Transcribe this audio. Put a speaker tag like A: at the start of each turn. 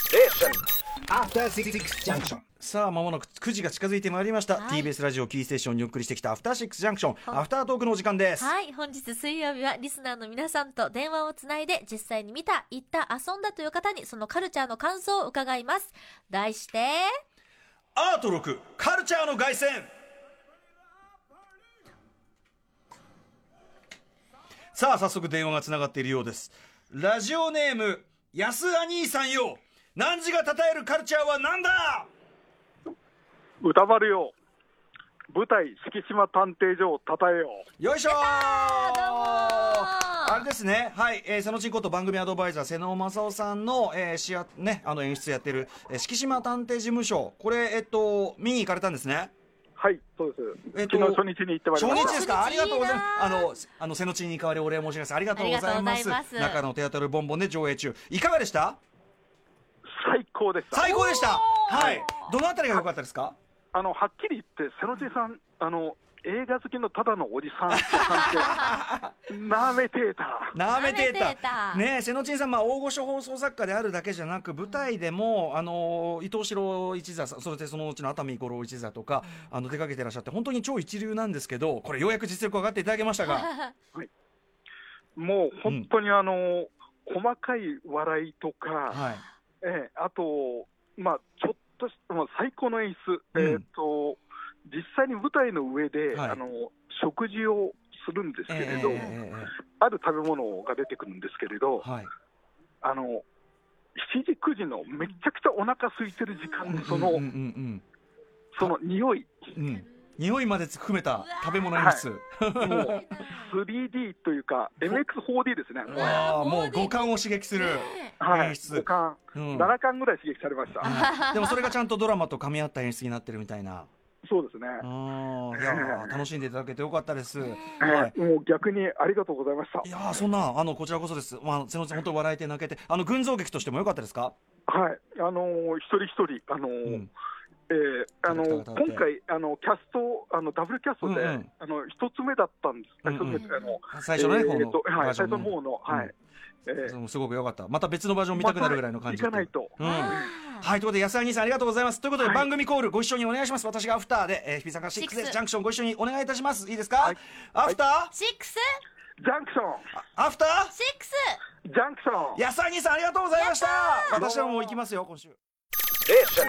A: Station. After Six Junction.
B: さあ、まもなく9時が近づいてまいりました。
C: はい
B: TBS ラジオキーステーションにお送りしてきたアフターシックスジャンクション、アフタートークのお時間です。
C: はい、本日水曜日はリスナーの皆さんと電話をつないで実際に見た、行った、遊んだという方にそのカルチャーの感想を伺います。題して、
B: アート6、カルチャーの凱旋さあ、早速電話がつながっているようです。ラジオネーム、安ア兄さんよ。汝が称えるカルチャーは何だ
D: 歌丸よ舞台敷島探偵所をたたえよう
B: よいしょー
C: どうもー
B: あれですね、はい、えー、瀬野ちんこと番組アドバイザー、瀬野正夫さんの、えー、しや、ね、あの演出やってる、えー、敷島探偵事務所、これ、えっと、見に行かれたんですね。
D: はいそうです、
B: えっと
D: 昨日初日に行ってまい
B: 初
D: りま
B: 日
D: した
B: ですかあ
C: 初日
B: り
C: いい
B: がと
C: な
B: うございます。あの、あの、瀬野ちんに代わりお礼申し上げます。ありがとうございます。
C: ありがとうございます
B: 中野テアトルボンボンで上映中。いかがでした
D: 最高でした
B: 最高でした
C: おー
B: はい。どのあたりが良かったですか
D: あのはっきり言って瀬野地さんあの映画好きのただのおじさんって感 じで舐めてた
B: なめて
C: なめ
B: た
C: てた
B: ねえ瀬野ちんさん、まあ、大御所放送作家であるだけじゃなく舞台でも、あの伊藤四郎一座さんそしてそのうちの熱海五郎一座とか、あの出かけてらっしゃって本当に超一流なんですけどこれようやく実力上がっていただけました が
D: もう本当にあの、細かい笑いとか、
B: はい
D: ええあとまあちょっとしまあ、最高の演出、
B: うん
D: えっと実際に舞台の上で、
B: はい
D: あの食事をするんですけ
B: ええ
D: れど、
B: えええ
D: ある食べ物が出てくるんですけれど、
B: えはい
D: あの7時、9時のめちゃくちゃお腹空いてる時間のそ
B: う
D: の,、
B: んうん
D: その匂い、
B: うんうんうん匂いまで含めた食べ物演出、
D: もう 3D というか、MX4D ですね、
C: うわ
D: も
B: ああも
C: も
B: う
C: う
B: 五感を刺激する、
D: う、はい、
B: 演出
D: 五感、
B: うん
D: 7巻ぐらい刺激されました、
B: はいでもそれがちゃんとドラマと噛み合った演出になってるみたいな
D: そうですね、
B: あーいやー楽しんでいただけてよかったです、はい
D: えーもう逆にありがとうございました
B: い、やーそんなあのこちらこそです、まあ、瀬野さん、本当に笑えて泣けて、あの群像劇としても良かったですか、
D: はいあのー一人一人、あのー
B: うん
D: えーあの
B: キャラクターが立って
D: 今回、あのキャストあの、ダブルキャストで、
B: うんうん
D: あの一つ目だったんです、
B: うんうん
D: 一つ目あの
B: 最初のね、
D: えー
B: 方の
D: とはい、
B: バージ
D: 最
B: ョン
D: 初の方の、はい、えー
B: うんすごく良かった、また別のバージョン見たくなるぐらいの感じ
D: また行かないと
B: うんはいということで、安田兄さん、ありがとうございます。ということで、番組コール、ご一緒にお願いします、私がアフターで、えー、日比坂6
C: シック
B: で
C: ス
B: ジャンクション、ご一緒にお願いいたします、いいですか、
D: はい
B: アフター、
C: シックス
D: ジャンクション
B: アフタ
C: シックス
D: ジャンクション
B: ー、安田兄さん、ありがとうございました、私はもう行きますよ、今週。
A: Station.